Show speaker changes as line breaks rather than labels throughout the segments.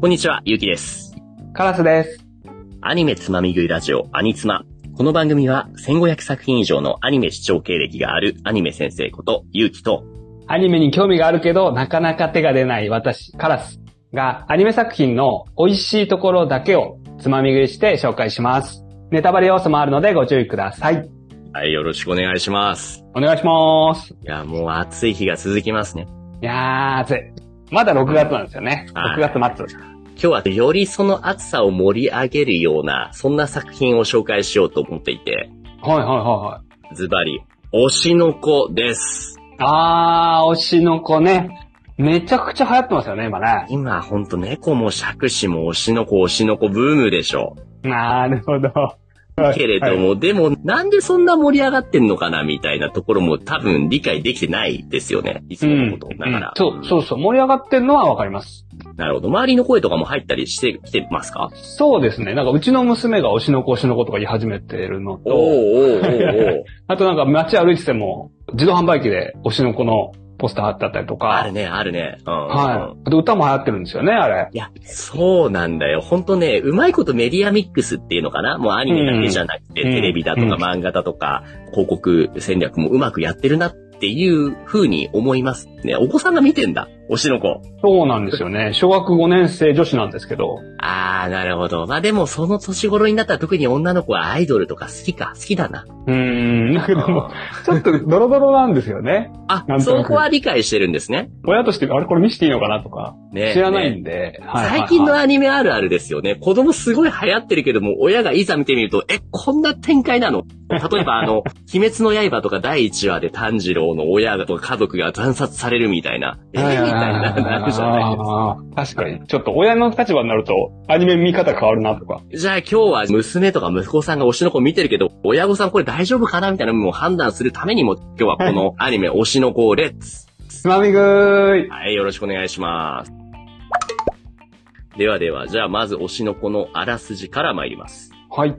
こんにちは、ゆうきです。
カラスです。
アニメつまみ食いラジオ、アニツマ。この番組は1500作品以上のアニメ視聴経歴があるアニメ先生こと、ゆうきと、
アニメに興味があるけど、なかなか手が出ない私、カラスが、アニメ作品の美味しいところだけをつまみ食いして紹介します。ネタバレ要素もあるのでご注意ください。
はい、よろしくお願いします。
お願いします。い
いや、もう暑い日が続きますね。
やー、暑い。まだ6月なんですよね。
はい
6月末。
今日はよりその暑さを盛り上げるような、そんな作品を紹介しようと思っていて、
はいはいはいはい。
ズバリ、推しの子です。
あー、推しの子ね。めちゃくちゃ流行ってますよね、今ね。
今ほんと猫も尺子も推しの子推しの子ブームでしょ。
なるほど。はい
けれど
はい
も、でもなんでそんな盛り上がってんのかなみたいなところも多分理解できてないですよね。いつものことだから。
うんそう、そうそう。盛り上がってんのはわかります。
なるほど。周りの声とかも入ったりしてきてますか
そうですね。なんかうちの娘が推しの子推しの子とか言い始めてるの
お
と、
お ーおー
あとなんか街歩いてても自動販売機で推しの子のポスター貼ってあったりと
あ
か
る、ね、あるね。うんうんうん
はい。あと歌も流行ってるんですよね、あれ。
いや、そうなんだよ。ほんとね、うまいことメディアミックスっていうのかなもうアニメだけじゃなくて、
うん
テレビだとか
うん
漫画だとか、広告戦略もうまくやってるなっていう風に思いますね。お子さんが見てんだ。推しの子。
そうなんですよ ね。小学5年生女子なんですけど、
あー、なるほど。まあでも、その年頃になったら特に女の子はアイドルとか好きか、好きだ な。
うーん、だけど、ちょっとドロドロなんですよね。
あ
な、んと
そ
なく
こは理解してるんですね。
親として、あれこれ見せていいのかなとか、
ね
知らない
ね
んで。はいはいはい
最近のアニメあるあるですよね。子供すごい流行ってるけども、親がいざ見てみると、え、こんな展開なの例えばあの、 鬼滅の刃とか第1話で炭治郎の親とか家族が惨殺されるみたいな、えー、みたいな、なるじゃないですか。
確かに。ちょっと親の立場になると、アニメ見方変わるなとか。
じゃあ今日は娘とか息子さんが推しの子見てるけど、親御さんこれ大丈夫かなみたいなのを判断するためにも、今日はこのアニメ推しの子をレッツ
つまみ食い。
はい、よろしくお願いします。ではでは、じゃあまず推しの子のあらすじから参ります。
はい。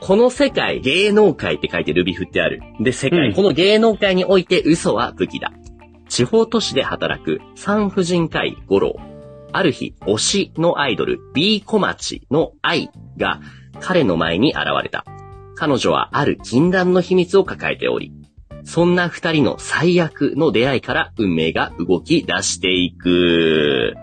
この世界、芸能界って書いてルビ振ってある。で、世界、
うん
この芸能界において嘘は武器だ。地方都市で働く産婦人科医五郎。ある日、推しのアイドル B 小町の愛が彼の前に現れた。彼女はある禁断の秘密を抱えており、そんな二人の最悪の出会いから運命が動き出していく。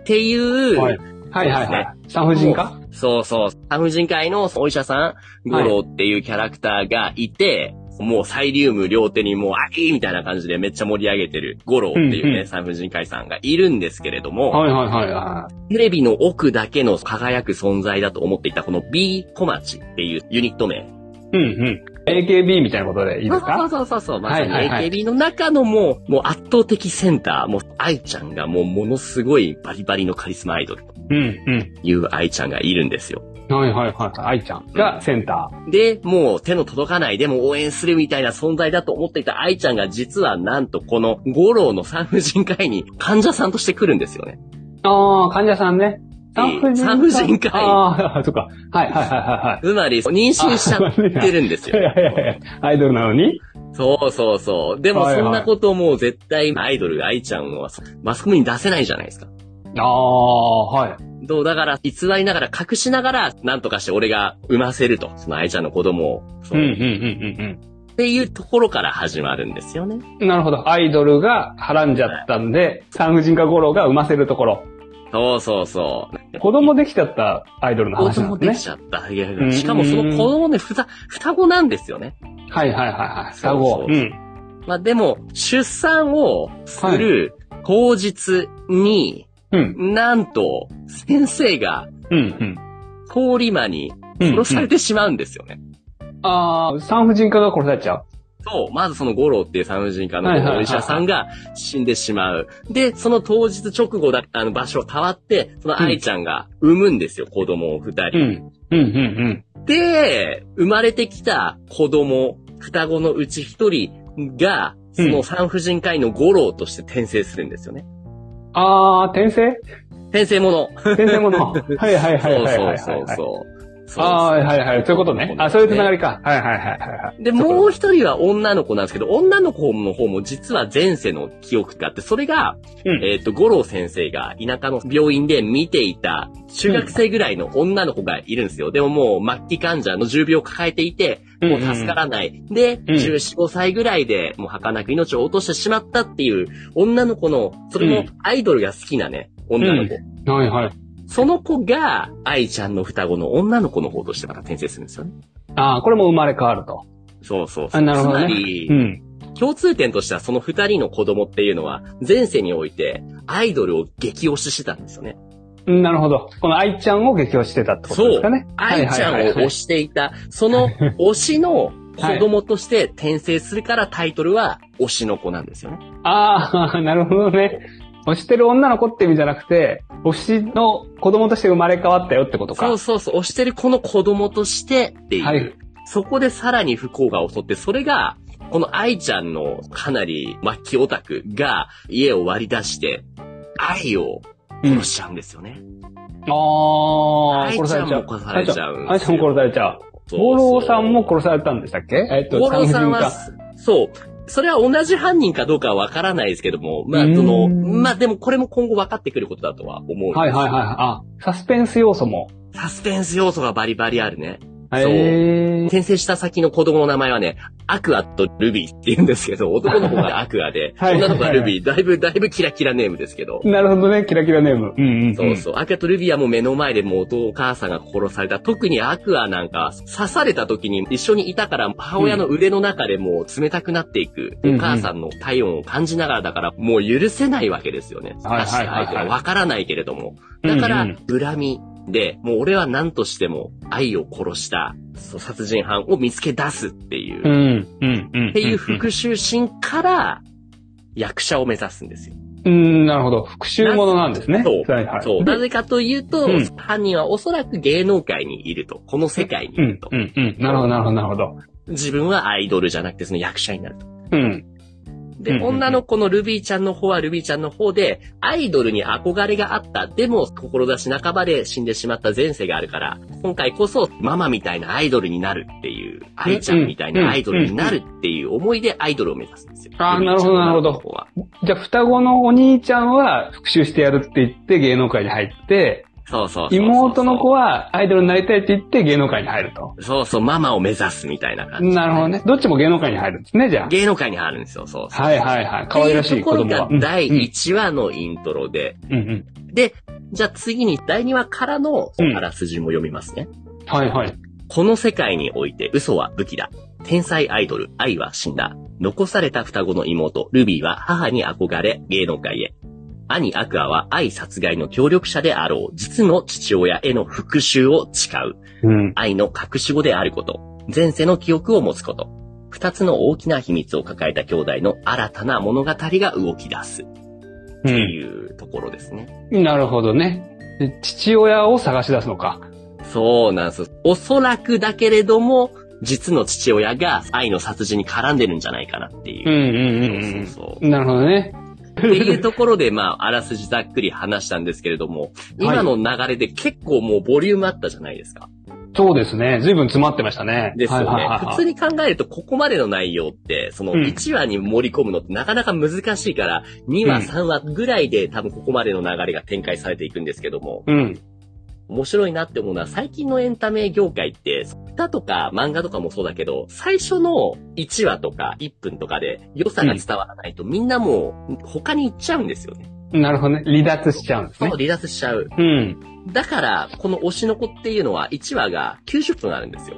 っていう、
はいはいはいはい。産婦人科
そうそう。産婦人科医のお医者さん、五郎っていうキャラクターがいて、もうサイリウム両手にもう、あいみたいな感じでめっちゃ盛り上げてる五郎っていうね、
うんうん
産婦人科医さんがいるんですけれども、
はいはいはいはい。
テレビの奥だけの輝く存在だと思っていたこの B 小町っていうユニット名。
うんうん。AKB みたいなことでいいです
そ
か
うそうそうそう。まさに
はいはいはい
AKB の中のもう、もう圧倒的センター、もう愛ちゃんがもうものすごいバリバリのカリスマアイドルと
うんう
いう愛ちゃんがいるんですよ。
ん。はいはいはい。愛ちゃんがセンター。
で、もう手の届かないでも応援するみたいな存在だと思っていた愛ちゃんが実はなんとこの五郎の産婦人科医に患者さんとして来るんですよね。
ああ、患者さんね。産婦人科。
産婦人科医
ああ、 そっか。はいはいは
つまり、妊娠しちゃってるんです
いはい。い
よ。
やいやいやアイドルなのに
そうそうそう。でも
はいはい
そんなことをもう絶対アイドル愛ちゃんはマスコミに出せないじゃないですか。
ああ、はい。
どうだから、偽りながら隠しながら、なんとかして俺が産ませると。その愛ちゃんの子供を。
う
そ
ん
う
うん
っ
うん
ていうところから始まるんですよね。
うんうん。なるほど。アイドルがはらんじゃったんで、産婦人科五郎が産ませるところ。
そうそうそう。
子供できちゃったアイドルの
子
話な
供
んで
ですき
ね。
ちゃった。いや
うん
しかもその子供ね、ふた、双子なんですよね。
はいはいはいはい。双子。
そうそう
う。
そうんまあでも、出産をする当日に、
うん。
なんと、先生が
うんうん。
通り魔に
うん
殺されてしまうんですよね。
ああ、産婦人科が殺されちゃう。
そう、まずその五郎っていう産婦人科
はいはいはい
の
はい
お医者さんが死んでしまう。で、その当日直後だ、あの場所変わって、その愛ちゃんが産むんですよ、子供を二人。
うん。うん、うん、
で、生まれてきた子供、双子のうち一人が、その産婦人科医の五郎として転生するんですよね。
うん。あー、転生
転生もの。
転生もの。はいはいはい
そう
はい
そ
は
う
い。
そうそう。そう
ああー、はいはい。そういうことね。あ、そういうつなが
り。
りか。はいはいはいはいはい。
で、もう一人は女の子なんですけど、女の子の方も実は前世の記憶があって、それが、
うん
えっ、と、五郎先生が田舎の病院で見ていた中学生ぐらいの女の子がいるんですよ。でももう末期患者の重病を抱えていて、もう助からない。で、
うん
14、5歳ぐらいでもう儚く命を落としてしまったっていう女の子の、それ
う
も
ん
アイドルが好きなね、女の子。
うんはいはい。
その子が、愛ちゃんの双子の女の子の方としてまた転生するんですよね。
ああ、これも生まれ変わると。
そうそうそう。
あなるほどね
つまり、
うん。
共通点としてはその二人の子供っていうのは、前世において、アイドルを激推ししてたんですよね。
うんなるほど。この愛ちゃんを激推してたってことですかね。
愛ちゃんを推していた、その推しの子供として転生するからタイトルは、推しの子なんですよね。
ああ、なるほどね。推してる女の子って意味じゃなくて、推しの子供として生まれ変わったよってことか。
そうそうそう、推してる子の子供としてっていう。
はい
そこでさらに不幸が襲って、それが、この愛ちゃんのかなり末期オタクが家を割り出して、愛を
うん
殺しちゃうんですよね。
ああ、
愛
殺
ち
さ
ゃ
れ
ん
ちゃう
も。殺されちゃうんですよ
愛ちゃんも殺されちゃう。五郎さんも殺されたんでしたっけえっと、
五郎さんは
産婦人科、
そう。それは同じ犯人かどうかはわからないですけども、まあ、
うーん
その、まあでもこれも今後分かってくることだとは思うんです。
はいはいはい。あ、サスペンス要素も。
サスペンス要素がバリバリあるね。そう
ええ。
転生した先の子供の名前はね、アクアとルビーって言うんですけど、男の子がアクアで、
はい
女の子がルビー、だいぶ、だいぶキラキラネームですけど。
なるほどね、キラキラネーム。うんうんん。
そうそう。アクアとルビーはもう目の前でもうお父お母さんが殺された。特にアクアなんかは刺された時に一緒にいたから母親の腕の中でもう冷たくなっていく。
うん
お母さんの体温を感じながらだからもう許せないわけですよね。
はい
刺し
はいはいはい
た相手はわからないけれども。
うんう
だ
ん
から恨みで、もう俺は何としても愛を殺したそう殺人犯を見つけ出すっていう。
う
っ
ん。うん。うん。
ていう
復
復讐心から役者を目指すんですよ。
うん、なるほど。復讐ものなんですね。
そう
はいはい。
そう。
で
なぜかというと、
うん
犯人はおそらく芸能界にいると。この世界にいうる
ん
と。。
うん。うん。なるほど、なるほど、なるほど。
自分はアイドルじゃなくて、その役者になると。
うん。
で、
うんうんうん
女の子のルビーちゃんの方はルビーちゃんの方で、アイドルに憧れがあった。でも、志半ばで死んでしまった前世があるから、今回こそ、ママみたいなアイドルになるっていう、愛ちゃんみたいなアイドルになるっていう思いでアイドルを目指すんですよ。
あー
ルビーちゃんの方は。
じゃあ、双子のお兄ちゃんは復讐してやるって言って芸能界に入って、
そうそうそうそう。
妹の子
は
はアイドルになりたいって言って芸能界に入ると。
そうそう、ママを目指すみたいな感じ。
なるほどね。どっちも芸能界に入るんですね、じゃ
芸能界にあるんですよ、そう
あ。
そう。
はいはいはい。可愛らしい子
って
供
いうと
は
こ。ろが第
うん
1話のイントロで。
うんうん。
で、じゃあ次に第2話からの
うん
あらすじも読みますね。
はいはい。
この世界において嘘は武器だ。天才アイドル、愛は死んだ。残された双子の妹、ルビーは母に憧れ、芸能界へ。兄アクアは愛殺害の協力者であろう、実の父親への復讐を誓う。
うん。
愛の隠し子であること、前世の記憶を持つこと、二つの大きな秘密を抱えた兄弟の新たな物語が動き出すっていうところですね。
うん。なるほどね。で父親を探し出すのか。
そうなんです。おそらくだけれども、実の父親が愛の殺人に絡んでるんじゃないかなっていうう。
んうんうん
そうそ
う
うそう。
ん。なるほどね。
っていうところで、まあ、あらすじざっくり話したんですけれども、今の流れで結構もうボリュームあったじゃないですか。
そうですね。随分詰まってましたね。
ですよね。
はいはいはいは
普
い
通に考えると、ここまでの内容って、その
うん
1話に盛り込むのってなかなか難しいから、2
う
話、
ん
3話ぐらいで多分ここまでの流れが展開されていくんですけども、
うん。
面白いなって思うのは、最近のエンタメ業界って、歌とか漫画とかもそうだけど、最初の1話とか1分とかで良さが伝わらないと、みんなもう他に行っちゃうんですよね。
なるほどね。離脱しちゃうんです
そう、
ね。
離脱しちゃう。
うん。
だから、この推しの子っていうのは1話が90分あるんですよ。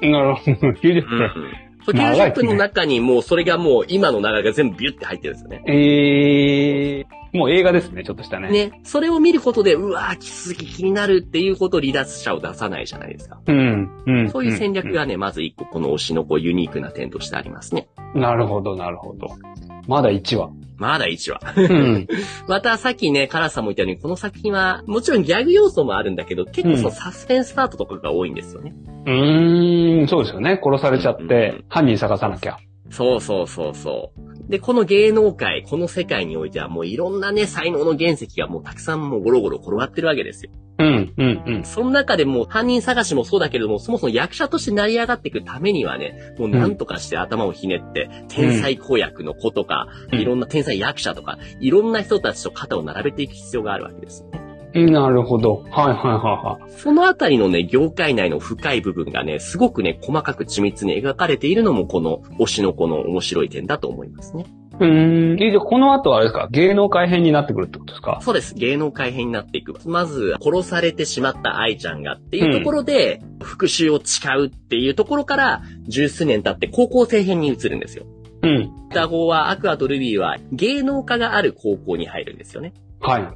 なるほど。90分。
そう
長いですね
90分の中にもうそれがもう今の流れが全部ビュって入ってるんですよね。
えー、もう映画ですね、ちょっとしたね。
ね。それを見ることで、うわぁ、き続き気になるっていうこと離脱者を出さないじゃないですか。
うん。うん。
そういう戦略がね、まず一個この推しの子ユニークな点としてありますね。
うん。なるほど、なるほど。まだ1話。
まだ1話。
うん。
またさっきね、カラスさんも言ったように、この作品は、もちろんギャグ要素もあるんだけど、結構そのサスペンスパートとかが多いんですよね。
うーん、そうですよね。殺されちゃっ
うんうんう
て、犯人探さなきゃ。
そうそうそうそう。で、この芸能界、この世界においてはもういろんなね、才能の原石がもうたくさんもうゴロゴロ転がってるわけですよ。
うん、うん、うん。
その中でもう犯人探しもそうだけれども、そもそも役者として成り上がっていくためにはね、もう何とかして頭をひねって、天才公役の子とか、
うん
いろんな天才役者とか、いろんな人たちと肩を並べていく必要があるわけです。
なるほど。はい、はい、はい、はい。
そのあたりのね、業界内の深い部分がね、すごくね、細かく緻密に描かれているのも、この推しの子の面白い点だと思いますね。
うーん。え、じゃあこの後はあれですか芸能改編になってくるってことですか
そうです。芸能改編になっていく。まず、殺されてしまった愛ちゃんがっていうところで、復讐を誓うっていうところから、十数年経って高校生編に移るんですよ。
うん。
双子は、アクアとルビーは、芸能科がある高校に入るんですよね。
はい。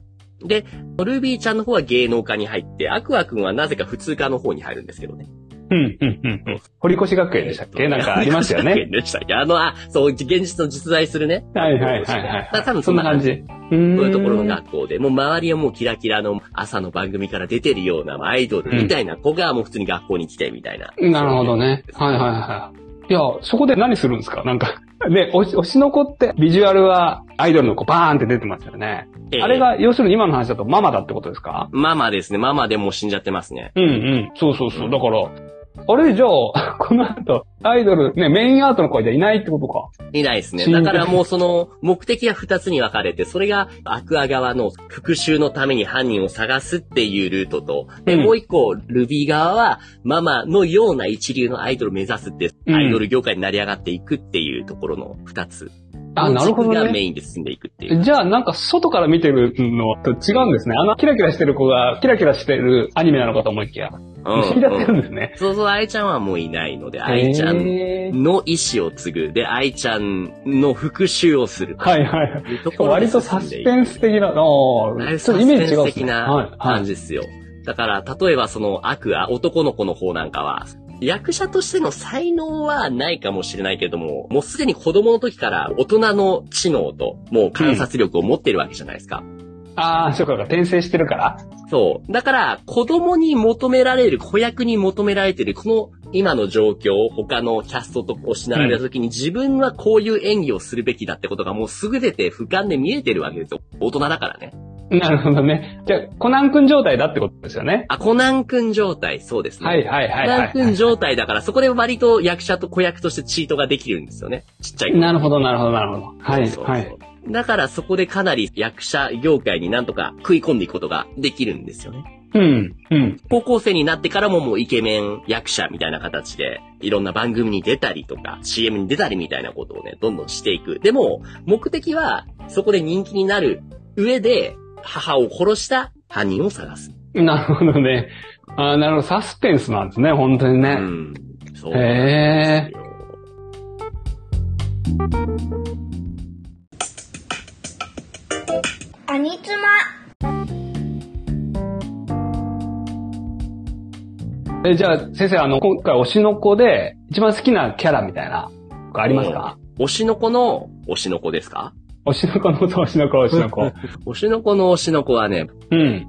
で、ルビーちゃんの方は芸能科に入って、アクア君はなぜか普通科の方に入るんですけどね。
うん、うん、うんうん。堀越学園でしたっけなんかありましたよ
学
ね。
園でしたっけあの、あ、そう、現実の実在するね。
はい、はい、はい、はい
だから多
はい。
分
そんな感じ。うーん
そういうところの学校で、もう周りはもうキラキラの朝の番組から出てるようなアイドルみたいな子がもう普通に学校に来てみたいな。
なるほどね。はいはいはい。いや、そこで何するんですかなんか。 ね、推し推しの子って、ビジュアルはアイドルの子バーンって出てますよね。
ええ
あれが、要するに今の話だとママだってことですか
ママですね。ママでもう死んじゃってますね。
うんうん。そうそうそう。だから、あれじゃあ、 この後、アイドル、ね、メインアートの子じゃいないってことか。
いないですね。
死んじゃ
だ
う
からもうその目的が二つに分かれて、それがアクア側の復讐のために犯人を探すっていうルートと、で、
うん
もう一個、ルビー側はママのような一流のアイドルを目指すって、アイドル業界に成り上がっていくっていうところの二つ。
あ、なるほど
がメ
ね。
インで進んでいくっていう。
じゃあ、なんか外から見てるのと違うんですね。あの、キラキラしてる子が、キラキラしてるアニメなのかと思いきや、
うん
死んじゃって
う
るん
ん
ですね。
そうそう、愛ちゃんはもういないので、愛ちゃん
へー
の意志を継ぐ。で、愛ちゃんの復讐をする。
はいはい。
い。うところ
割
で
と
進
サ
ん
ス
でいく
ペンス的な、ああ、ちょ
だいぶ
っ
サ
と
ス
イメー
ペン
ジ違う
ス
っす
的
ね。
な
はい、は
感
い。
じですよ。だから、例えばそのアクア、男の子の方なんかは、役者としての才能はないかもしれないけれども、もうすでに子供の時から大人の知能と、もう観察力を持ってるわけじゃないですか。
ああ、そうか、転生してるから。
そう。だから、子供に求められる、子役に求められてる、この今の状況を他のキャストとこうしながらた時に、自分はこういう演技をするべきだってことがもう優れて俯瞰で見えてるわけですよ。大人だからね。
なるほどね。じゃあ、コナン君状態だってことですよね。
あ、コナン君状態、そうですね。
はいはいはいは
コナン君
い。
状態だから、そこで割と役者と子役としてチートができるんですよね。ちっちゃい頃。
なるほど、なるほど、なるほど。はい、
そうそう
はい。
だからそこでかなり役者業界になんとか食い込んでいくことができるんですよね。
うん、うん。
高校生になってからももうイケメン役者みたいな形で、いろんな番組に出たりとか、CM に出たりみたいなことをね、どんどんしていく。でも、目的は、そこで人気になる上で、母を殺した犯人を探す。
なるほどね。ああ、なるほど、サスペンスなんですね、本当に
う
ね。
ん。そうなん
へ
ですよ。
アニツマ
え。え、じゃあ、先生、あの、今回、推しの子で、一番好きなキャラみたいな、ありますか
推しの子の推しの子ですか
推しの子のこと、推しの子、推しの 子。
推しの子の推しの子はね、
うん。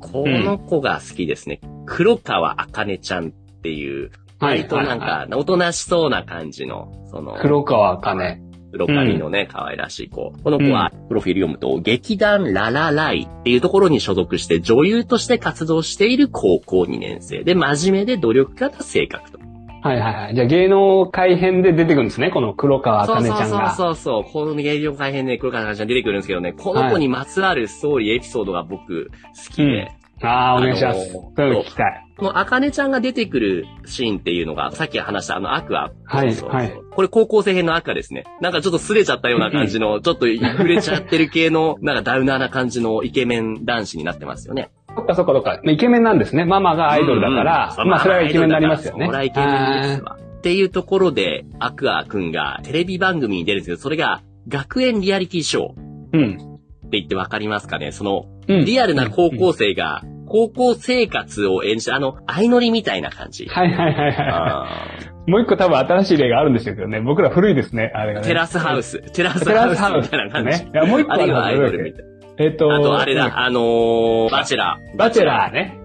この子が好きですね。黒川あかねちゃんっていう、割となん
はいはいは
か、おとなしそうな感じの、その
い、黒川茜。
黒髪のね、可愛らしい子。この子は、プロフィール読むと、劇団ララライっていうところに所属して、女優として活動している高校2年生で、真面目で努力家な性格と。
はいはいはい。じゃあ芸能改編で出てくるんですね、この黒川あ
そ
か
う
ねち
そうそう
ゃんが。
そうそう。この芸能改編で黒川あかねちゃん出てくるんですけどね、この子にまつわるストーリー、エピソードが僕、好きで、
ああ、お願いします。
あのー
そういうの聞きたい。
この、あかねちゃんが出てくるシーンっていうのが、さっき話したあの、アクア。
はい
そうそう
はい
これ高校生編のアクアですね。なんかちょっと擦れちゃったような感じの、ちょっと触れちゃってる系の、なんかダウナーな感じのイケメン男子になってますよね。
そっかそっかそっか。イケメンなんですね。ママがアイドルだから、
うんうん
まあそれはイケメンになりますよね。
それはイケメンですわ。っていうところで、アクアくんがテレビ番組に出るんですけど、それが学園リアリティショーって
うん。
言ってわかりますかねその、
うん。
リアルな高校生が、高校生活を演じた、あの、相乗りみたいな感じ。
はいはいはいは
あー
い。もう一個多分新しい例があるんでしょうけどね。僕ら古いですね、あれがね。
テラスハウス。テラス
テラス
ハ
ハ
ウ
ウ
スみ
ス
たいな感じ。
ね。いや、もう一個
ある
ある
い
ん
はアイドル
で
みたいな。
すよ。えっと、
あと、あれだ、あのー、バチェラー。
バチェラーね。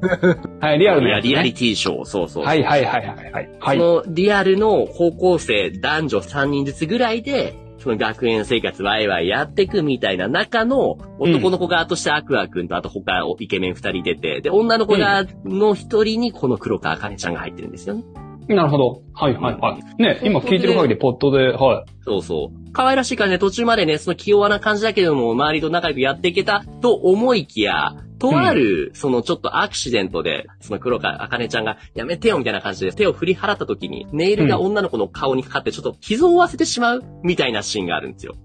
はい、リアル
い
の
や、
やつね
リアリティショー。そうそう。
はいはいはいはいはい。はい。
そのリアルの高校生、男女3人ずつぐらいで、その学園生活ワイワイやってくみたいな中の、
うん
男の子側としてアクア君とあと他イケメン二人出て、で、女の子側の一人にこの黒川茜ちゃんが入ってるんですよね。
なるほど。はいはいはい。ね、今聞いてる限りポットで、はい。
そうそう。可愛らしい感じで途中までね、その器用な感じだけども、周りと仲良くやっていけたと思いきや、とある、そのちょっとアクシデントで、その黒川茜ちゃんが、やめてよみたいな感じで手を振り払った時に、ネイルが女の子の顔にかかってちょっと傷を負わせてしまうみたいなシーンがあるんですよ。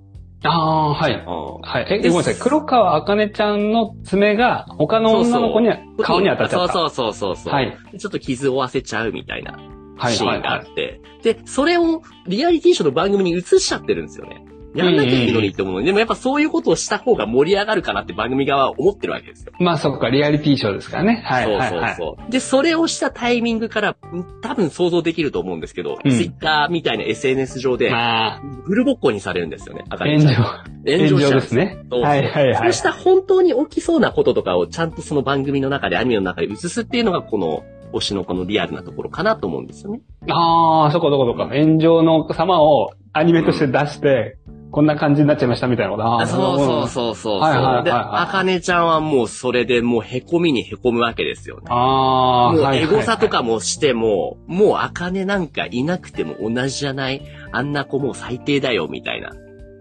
ああー、はい。
うん
はい。え、ごめんなさい。黒川茜ちゃんの爪が他の女の子には顔に当たっちゃった。
そうそうそうそうそう。
はい。
ちょっと傷を負わせちゃうみたいな
はい
シ
は
ー
い
ンが
は
あ
い。
って、で、それをリアリティショーの番組に映しちゃってるんですよね。やんなきゃいいのにって思うのに、でもやっぱそういうことをした方が盛り上がるかなって番組側は思ってるわけですよ。
まあそっか、リアリティショーですからね。はいはいはい。
そうそうそう。で、それをしたタイミングから、うん多分想像できると思うんですけど、
うん
ツイッターみたいな SNS 上で、
まあ、
フルボッコにされるんですよね、赤
炎
ちゃん
上、炎上です。ね。
そうそう
はいはいは
そう
い
し。た本当に起きそうなこととかをちゃんとその番組の中で、アニメの中で映すっていうのが、この推しのこのリアルなところかなと思うんですよね。
ああ、そこどこどこ。炎上の様をアニメとして出して、こんな感じになっちゃいましたみたいなこと。あー
あそうそう
う。
そうそう
はいはいはい
そ
は
う。
い
で、あかねちゃんはもうそれでもう凹みに凹むわけですよね。
ああー、
もう
はい
エ
はいは
ゴ
い
サとかもしても、もうあかねなんかいなくても同じじゃない。あんな子もう最低だよ、みたいな。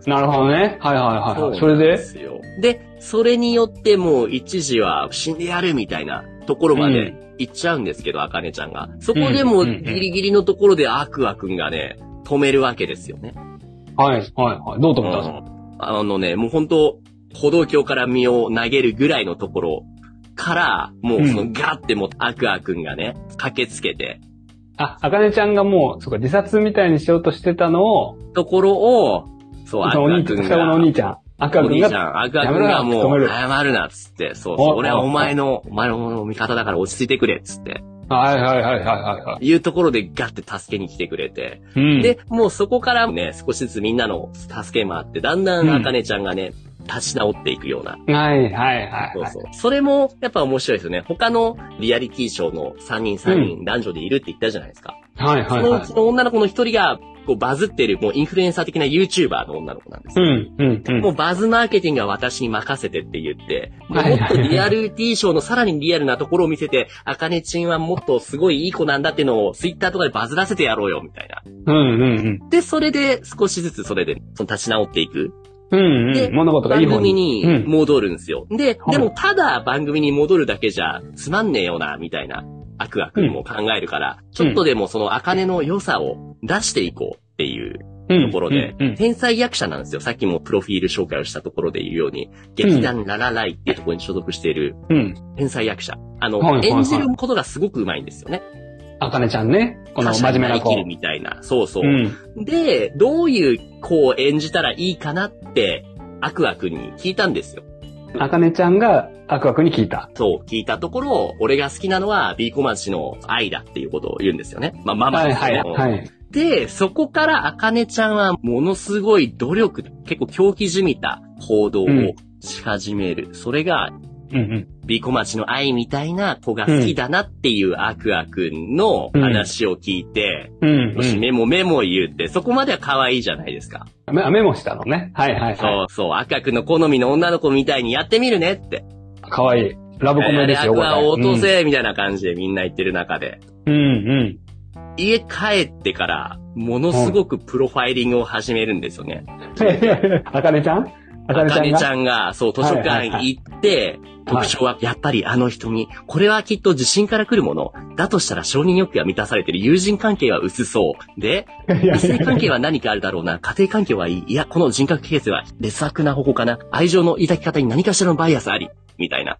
なるほどね。はいはいはい。そ
な
れ
んで
で、
すよ。で、それによってもう一時は死んでやるみたいなところま
う
で行っちゃうんですけど、あかねちゃんが。そこでも
う
うん
うんうん
ギリギリのところでアクアくんがね、止めるわけですよね。
はいはいはい。どうと思ったんですか
あのね、もう本当歩道橋から身を投げるぐらいのところから、もうそのガってもうアクアくんがね、駆けつけて、
あ、あかねちゃんがもう、そうか、自殺みたいにしようとしてたのを、
ところを、そう、ア
そのお
クア
兄ち
く
ゃん、
ん
双子の
が、
お兄ちゃん、あか
お
くん
兄ち
が、
ゃん、アクア君がもう、
やめろ
謝るな、っつって。そうそう。
お
俺は
お
お前の、お前の味方だから落ち着いてくれ、っつって。
はいはいはいはいはいはい。
いうところでガッて助けに来てくれて。
うん、
で、もうそこからね、少しずつみんなの助けもあって、だんだ
うん
んあかねちゃんがね、立ち直っていくような。
はいはいはい
そ
は
う
い。
そう。それも、やっぱ面白いですよね。他のリアリティショーの3人3人、男女でいるって言ったじゃないですか。
はい
そ
はい
のう
は
ち
い。
の女の子の一人が、こうバズってる、もうインフルエンサー的な YouTuber の女の子なんですよ
うん、うん、うん。
もうバズマーケティングは私に任せてって言って、も
はいはい
っとリアル T ショーのさらにリアルなところを見せて、あかねちんはもっとすごいいい子なんだってのをツイッターとかでバズらせてやろうよ、みたいな。
うん、うん、
で、それで少しずつそれでその立ち直っていく
うん。うん、う
で
ん。物事がい
番
い方
組
に。
に
うん
戻るんですよ。で
は、い
でもただ番組に戻るだけじゃつまんねえよな、みたいな悪クア君も考えるから、ちょっとでもそのあかねの良さを出していこうっていう
うん
ところで
うん、
天才役者なんですよ。さっきもプロフィール紹介をしたところで言うように、劇団ララライっていうところに所属している
うんうん。
天才役者。あの、
はいはいはい
演じることがすごく上手いんですよね。
あかねちゃんね。この
他者に
真面目な子
生き。るみたいな。そうそうう。
ん。
で、どういう子を演じたらいいかなって、アクア君に聞いたんですよ。
あかねちゃんが、あくあくに聞いた。
そう、聞いたところ、俺が好きなのは、ビーコマチの愛だっていうことを言うんですよね。まあ、ママ
は
で
い
すよ
は
ね。
いはい。
で、そこから、あかねちゃんは、ものすごい努力、結構狂気じみた行動をし始める。それが、
うんうん。
ビーコマチの愛みたいな子が好きだなっていうアクアくんの話を聞いて、
うん、
よし、
う
メモメモ言って、そこまでは可愛いじゃないですか。
ん。メメモしたのね。はいはいは
そうそう、アクアくんの好みの女の子みたいにやってみるねって。
い。かわいい。ラブコメですよ、
ア
これ。
クアを落
う
と
ん
せ、みたいな感じでみんな言ってる中で。
うんうん。
家帰ってから、ものすごくプロファイリングを始めるんですよね。
あかねちゃんあか
あ
ねち
か
ゃん
ね
が
ちゃんが、そう、図書館行って、
はいはいはい
特徴はやっぱりあの瞳。これはきっと自信から来るもの。だとしたら承認欲求は満たされてる。友人関係は薄そう。で、
いや
異
いや
性関係は何かあるだろうな。家庭関係はいい。いや、この人格形成は劣悪な方向かな。愛情の抱き方に何かしらのバイアスあり。みたいな。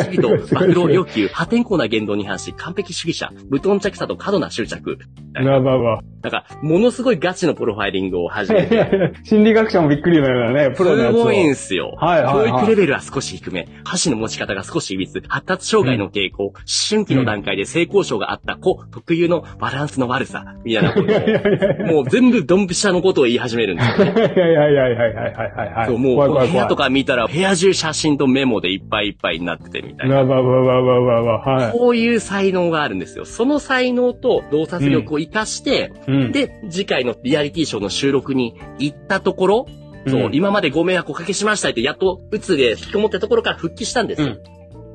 次と、暴露要求、破天荒な言動に反し、完璧主義者、無頓着さと過度な執着。
まあまあまあ。
なんか、ものすごいガチのプロファイリングを始めて、
心理学者もびっくりだよね、プ
す
ロのやつを。
ごいんすよ。
はいはいはい
教育レベルは少し低め、箸の持ち方が少し歪、発達障害の傾向、思春期の段階で性交渉があった子特有のバランスの悪さ、みたいなこと
いやいやいやい
を、 もう全部ドンピシャのことを言い始めるんですよ。
やいやいやいやいやいやいやいや。
そうもう、
怖い怖い
部
怖
屋
い
と。か見たら、部屋中写真とメモでいっぱいいっぱいになっててみたいな。
わわわわわわわ、はい。
こういう才能があるんですよ。その才能と洞察力を活かして、
うんうん。
で、次回のリアリティショーの収録に行ったところ、そう、
ん
今までご迷惑おかけしましたって、やっと、うつで引きこもってたところから復帰したんですよ。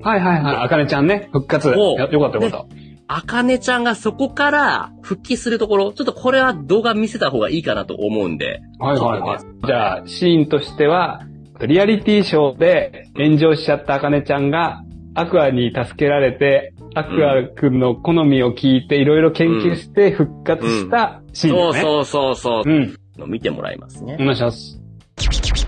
はいはいはい。あかねちゃんね、復活。よ
おう
よかったよかっ
あかねちゃんがそこから復帰するところ、ちょっとこれは動画見せた方がいいかなと思うんで。
た。はいはいはい。じゃあ、シーンとしては、リアリティショーで炎上しちゃったあかねちゃんが、アクアに助けられて、アクア君の好みを聞いて、いろいろ研究して復活したシーン
そ
だよ
う
ね。
そうそうそう
う。ん。
の見てもらいますね
お。願いします。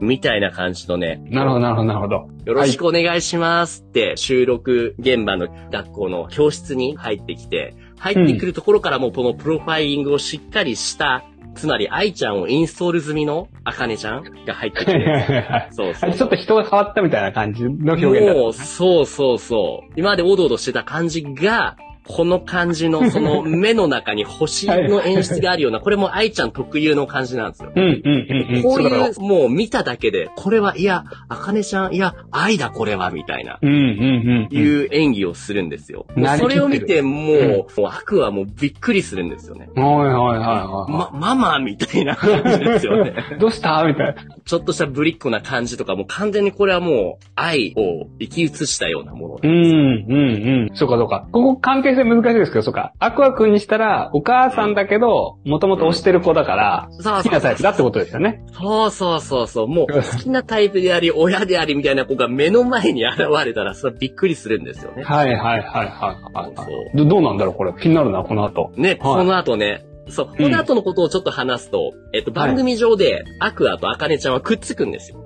みたいな感じのね、
なるほどなるほどなるほど。
よろしくお願いしますって収録現場の学校の教室に入ってきて、入ってくるところからもうこのプロファイリングをしっかりした、つまり愛ちゃんをインストール済みのあかねちゃんが入ってき
はいはい
て、
はいはい。
そう
あ
そう
れちょっと人が変わったみたいな感じの表現だ った。
もう、そうそうそう。今までおどおどしてた感じが、この感じの、その目の中に星の演出がある ような、これも愛ちゃん特有の感じなんですよ。
うんうんうんうん。
こう
そうだろ
いう、もう見ただけで、これは、いや、あかねちゃん、いや、愛だこれは、みたいな、
うんうんうん
い
うん。
う演技をするんですよ。も
な
う
りき
そ
ってる
れを見て、もう、もうアクはもうびっくりするんですよね。
はいはいはいは
ま、ママみたいな感じですよ ね。
い。どうしたみたいな。
ちょっとしたぶりっ子な感じとか、もう完全にこれはもう、愛を生き写したようなもの
うんうんうん。そうかそうか。ここ関係性難しいですけど、そうか。アクア君にしたら、お母さんだけど、もともと推してる子だから、
そう
好きなタイプだってことですよね。
そうそうそうそう。もう、好きなタイプであり、親でありみたいな子が目の前に現れたら、それはびっくりするんですよね。
はいはいはいはいはいは
そ
い。どどうなんだろうこれ。気になるな、この後。
ね、この後ね。そう、この後のことをちょっと話すと、えっと、番組上で、アクアとアカネちゃんはくっつくんですよ。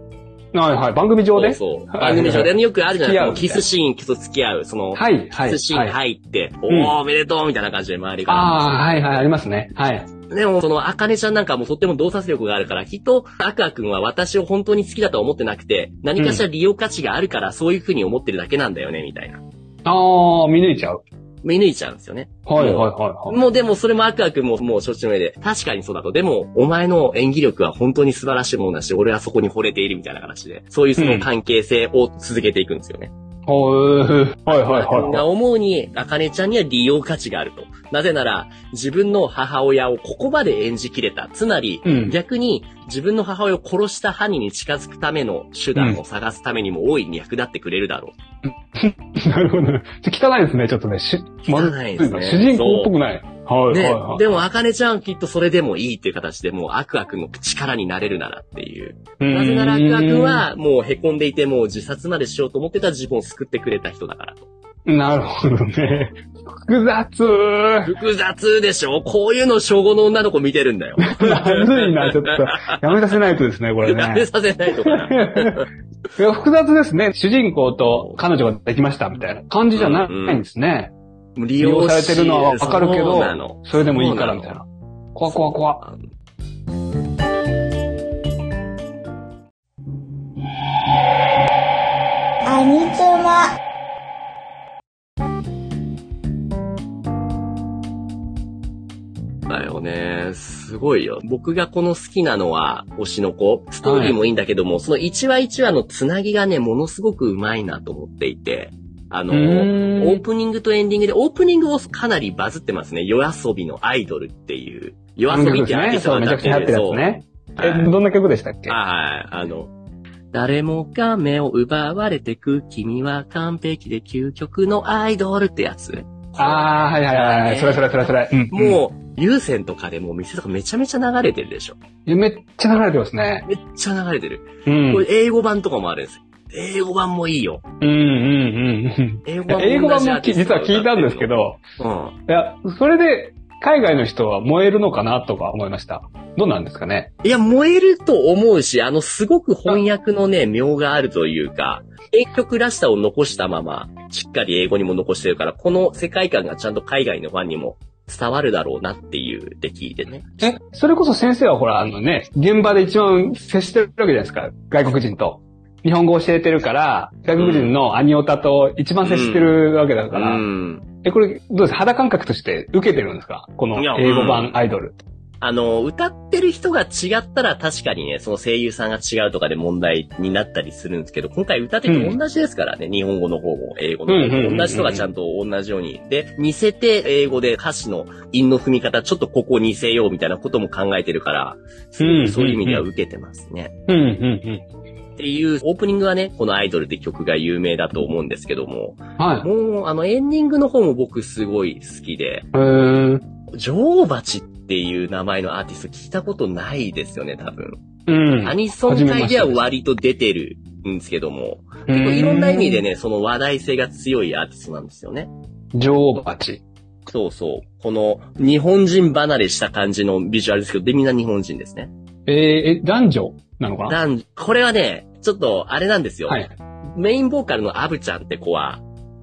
はいはい。番組上で
そうそう。
はい
番組上で、よくあるじゃないです
付き
か。
合う
もうキスシーン、キス付き合う。その、
はいは
キス
い。
シーン
はい。
入って、
ん
おー、おめでとうみたいな感じで周りが。
ああ、はいはい、ありますね。はい。
でも、その、アカネちゃんなんかもとっても洞察力があるから、きっと、アクア君は私を本当に好きだとは思ってなくて、何かしら利用価値があるから、そういう風に思ってるだけなんだよね、みたいな。
ああ、見抜いちゃう。
見抜いちゃうんですよね。
はいはいはいはい。
もうでも、それもアクア君ももう承知の上で、確かにそうだと。でも、お前の演技力は本当に素晴らしいものだし、俺はそこに惚れているみたいな形で、そういうその関係性を続けていくんですよね。
ほうはいはい
アク
はい
ア
は
君
い。
が思うに、アカネちゃんには利用価値があると。なぜなら、自分の母親をここまで演じきれた。つまり、
うん
逆に自分の母親を殺した犯人に近づくための手段を探すためにも大いに役立ってくれるだろう。
なるほど。ちょ汚いですね、ちょっとね。し
汚いですね
まず主人公っぽくない。はいはい
ね
はい。
でも、あかねちゃんはきっとそれでもいいっていう形でもう、アクア君の力になれるならっていう。なぜなら、アクア君はもう凹んでいて、もう自殺までしようと思ってた自分を救ってくれた人だからと。
うーん。なるほどね。複雑
複雑でしょこういうの小5の女の子見てるんだよ。
まずいな、ちょっと。やめさせないとですね、これ
やめ
ね。
させないとかな。
いや複雑ですね。主人公と彼女ができましたみたいな感じじゃな
うんうん
ないんですね。
利
利用されてるのはわかるけ
そうなの
ど、それでもいいからみたい
そ
な。怖怖怖。
アニツマ。
だよね。すごいよ。僕がこの好きなのは、推しの子。ストーリーもいいんだけども、その1話1話のつなぎがね、ものすごくうまいなと思っていて。あ
う
の、オ
ー
ー
ん。
プニングとエンディングで、オープニングをかなりバズってますね。夜遊びのアイドルっていう。夜遊びってアーティスト
そう
な
め
ん
ち
だ
ゃくちゃ流行ってるやつね。
そうはい
え、どんな曲でしたっけ
はい、あの、誰もが目を奪われてく、君は完璧で究極のアイドルってやつ。
ああ、はいはいはいはい。それそれそれそれ。うんうん
もう、有線とかでもう店とかめちゃめちゃ流れてるでしょ。
いやめっちゃ流れてますね。
めっちゃ流れてる。
うん。
これ英語版とかもあるんですよ。英語版もいいよ。
うんうんうん
英語
うん。
版
英語
同
版
じア
も
ーティ
き
ス
実
ト
は聞いたんですけど、
の。
いや、それで海外の人は燃えるのかなとか思いました。どうなんですかね
うん。いや、燃えると思うし、あの、すごく翻訳のね、妙があるというか、英曲らしさを残したまま、しっかり英語にも残してるから、この世界観がちゃんと海外のファンにも伝わるだろうなっていう出来でね。
え、それこそ先生はほら、あのね、現場で一番接してるわけじゃないですか。外国人と。日本語を教えてるから、外国人のアニオタと一番接してるわけだから、
うん。
え、これ、どうです肌感覚として受けてるんですかこの
いや
英語版アイドル。
あの、歌ってる人が違ったら確かにね、その声優さんが違うとかで問題になったりするんですけど、今回歌ってて同じですからね、日本語の方も英語の方
うんうんうんうん
も。同じ人がちゃんと同じように。で、似せて英語で歌詞の韻の踏み方、ちょっとここ似せようみたいなことも考えてるから、すごいそういう意味では受けてますね。
うん、うん、
っていう、オープニングはね、このアイドルで曲が有名だと思うんですけども、
うん。はい。
もう、あの、エンディングの方も僕すごい好きで、
えー、
女王蜂っていう名前のアーティスト聞いたことないですよね、多分。
うん。
アニソン界では割と出てるんですけども、
結
いろんな意味で。ね、その話題性が強いアーティストなんですよね。
女王蜂。
そうそう。この、日本人離れした感じのビジュアルですけど、で、みんな日本人ですね。
えー、え、男女なのかな
なんこれはね、ちょっと、あれなんですよ。
はい。
メインボーカルのアブちゃんって子は、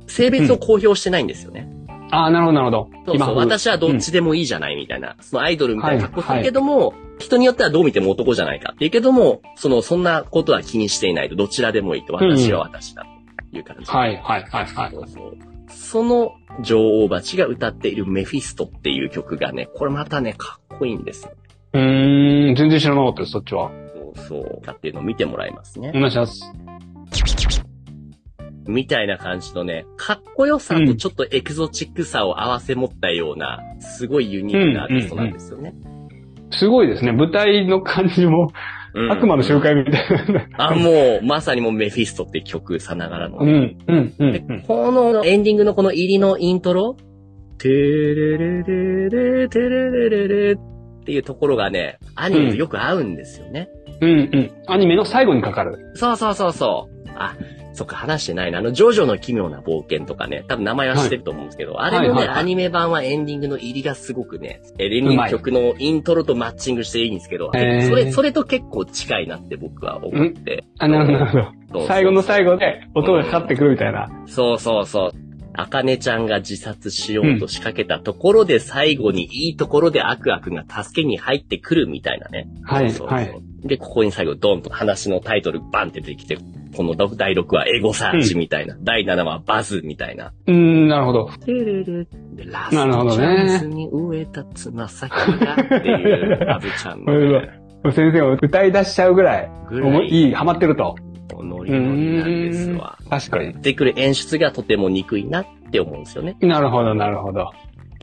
性別を公表してないんですよね。
ああ、なるほど、なるほど。
そうそう。
風
私はどっちでもいいじゃないみたいな。そのアイドルみたいな格好するけども、人によってはどう見ても男じゃないかっていうけども、その、そんなことは気にしていないと、どちらでもいいと、私は私だという感じ。
はい、はい、はい、はい
そ。うそうその女王蜂が歌っているメフィストっていう曲がね、これまたね、かっこいいんですよ。
うーん、全然知らなかったです、そっちは。
そうそう。だっていうのを見てもらいますね
お。願いします。
みたいな感じのね、かっこよさとちょっとエキゾチックさを合わせ持ったような、すごいユニークなアーティストなんですよね。
すごいですね。舞台の感じ
う
も、
ん
悪魔の集。会みたいな。
あ、もう、まさにもうメフィストって曲さながらの。
うん、うん、うん
で。このエンディングのこの入りのイントロ、てれれれれ、てれれれれっていうところがね、アニメとよく合うんですよね。
うん、うん。アニメの最後にかかる。
そうそうそうそう。あ、そっか、話してないな。あの、ジョジョの奇妙な冒険とかね、多分名前は知ってると思うんですけど、あれのね、
はいはいはい
アニメ版はエンディングの入りがすごくね、エンディング曲のイントロとマッチングしていいんですけど、そ
へー
れ、それと結構近いなって僕は思って。
あ、なるほど、なる
そ
ほ
うそう
ど。最後の最後で音がかかってくるみたいな。
そうそうそう。あかねちゃんが自殺しようと仕掛けたところで、最後にいいところで悪悪が助けに入ってくるみたいなね。
はい
そうそうそう
はい。
で、ここに最後ドンと話のタイトルバンって出てきて、この第6話エゴサーチみたいな、第7話バズみたいな。
うーん、なるほど。
テレレでラス
なるほ
ト
ど
チ
ね
ャンスに植えたつま先がっていう、ラブちゃんの
なるほ
ね、
ど先生が歌い出しちゃうぐらい、
ぐら
思い
い、
いい、ハマってると。
ノリノリなんですわ。
確かに。
でくる演出がとても憎いなって思うんですよね。
なるほど、なるほど。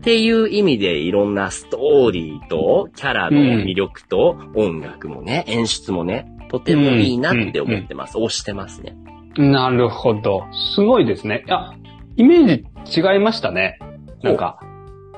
っていう意味でいろんなストーリーとキャラの魅力と音楽もね、演出もね、とてもいいなって思ってます。推してますね。
なるほど。すごいですね。いや、イメージ違いましたね。なんか。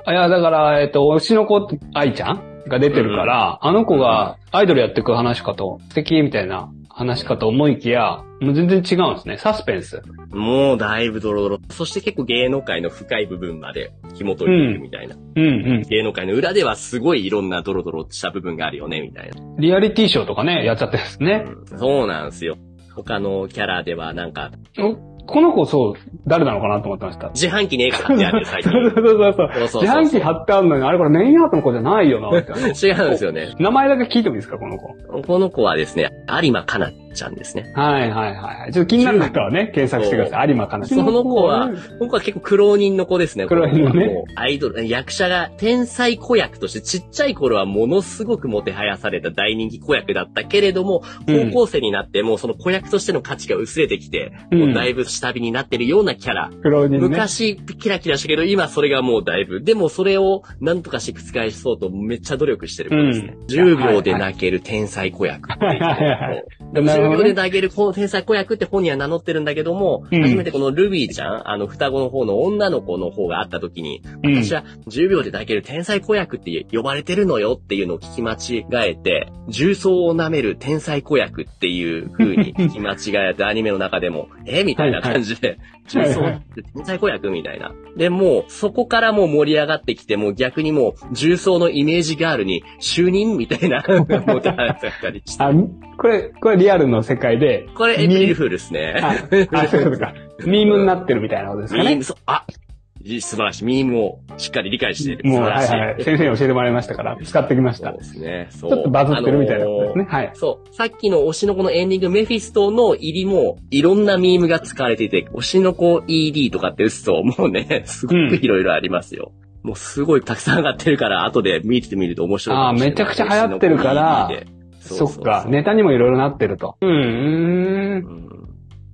あいや、だから、えっと、推しの子、愛ちゃんが出てるから、あの子がアイドルやってく話かと、素敵みたいな話かと思いきや、もう全然違うんですね。サスペンス。
もうだいぶドロドロ。そして結構芸能界の深い部分まで紐解いているみたいな。
うんう
芸能界の裏ではすごいいろんなドロドロした部分があるよね、みたいな。
ん。リアリティショーとかね、やっちゃってるんですね。
うんそうなんですよ。他のキャラではなんか、
おこの子、そう、誰なのかなと思ってました。
自販機ねえかってあるよ、最近
そ。うそうそうそう。
そうそうそう
自販機貼ってあるのに、あれこれメインアートの子じゃないよな、みたい
違
な。
うんですよね。
名前だけ聞いてもいいですか、この子。
この子はですね、有馬かなちゃんですね。
はいはいはい。ちょっと気になる方はね、検索してください。有馬かな
その子は、僕は結構苦労人の子ですね。
苦労人のね
こ子はもうアイドル、役者が天才子役としてちっちゃい頃はものすごくもてはやされた大人気子役だったけれども、
うん
高校生になってもうその子役としての価値が薄れてきて、
うん
もうだいぶ下火になってるようなキャラ。
苦労人ね。
昔キラキラしたけど、今それがもうだいぶ。でもそれをなんとかして覆そうとめっちゃ努力してる子ですね。
うん
10秒で泣ける天才子役っていう
はいはいはい
でも
なる
10
ほ
秒
どね
で投げる、この天才子役って本には名乗ってるんだけども、
うん
初めてこのルビーちゃん、あの双子の方の女の子の方があった時に、
うん
私は10秒で投げる天才子役って呼ばれてるのよっていうのを聞き間違えて、重曹を舐める天才子役っていう風に聞き間違えて、アニメの中でも、 えみたいな感じで、
はいはい
重曹って天才子役みたいな。で、もう、そこからもう盛り上がってきて、もう逆にもう、重曹のイメージガールに就任みたいな、もてはやされたりして。
あ、これ、これリアルの世界で、
これ、エプリルフールですね。
あ、あそういうことか。ミームになってるみたいなことですか
ミー
ね
ム、。そう、あ、いい素晴らしい。ミームをしっかり理解している。
もう、
素晴
は
ら
い
しい。
はいはい。先生に教えてもらいましたから、使ってきまし
そ
た。
う
ち
ですね。そう。
ょっとバズってるみたいなことですね。
あのー
はい。
そう。さっきの推しの子のエンディング、メフィストの入りも、いろんなミームが使われていて、推しの子 ED とかって打つと、もうね、すごくいろいろありますよ。もうすごいたくさん上がってるから、後で見てみると面白いかもしれない。
あーめちゃくちゃ流行ってるから
歴史の DVD でそう
そ
そうそ
っ
う
か。ネタにもいろいろなってると。うん。
う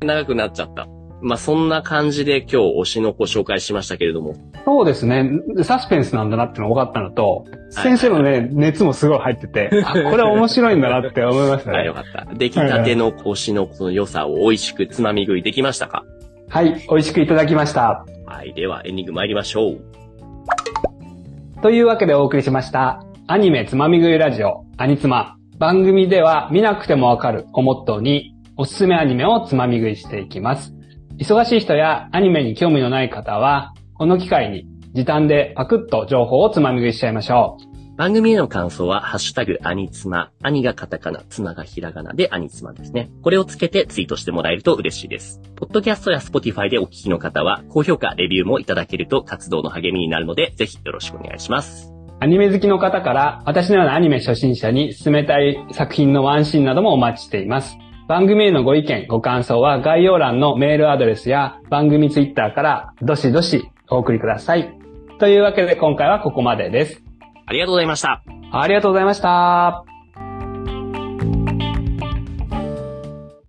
ん長くなっちゃった。まあ、そんな感じで今日推しの子紹介しましたけれども。
そうですね。サスペンスなんだなってのが分かったの
は
と、
い
先生のね、熱もすごい入ってて、あ、これ面白いんだなって思いました
あ、
ね
よ。かった。出来たての推しの子の良さを美味しくつまみ食いできましたか
はい、美味しくいただきました。
はい。では、エンディング参りましょう。
というわけでお送りしました。アニメつまみ食いラジオ、アニツマ。番組では見なくてもわかるをモットーに、おすすめアニメをつまみ食いしていきます。忙しい人やアニメに興味のない方は、この機会に時短でパクッと情報をつまみ食いしちゃいましょ
番組への感想は、ハッシュタグ、アニツマ、アニがカタカナ、ツナがひらがなでアニツマですね。これをつけてツイートしてもらえると嬉しいです。ポッドキャストやスポティファイでお聞きの方は、高評価、レビューもいただけると活動の励みになるので、ぜひよろしくお願いします。
う。アニメ好きの方から、私のようなアニメ初心者に勧めたい作品のワンシーンなどもお待ちしています。番組へのご意見、ご感想は概要欄のメールアドレスや番組ツイッターからどしどしお送りください。というわけで今回はここまでです。
ありがとうございました。
ありがとうございました。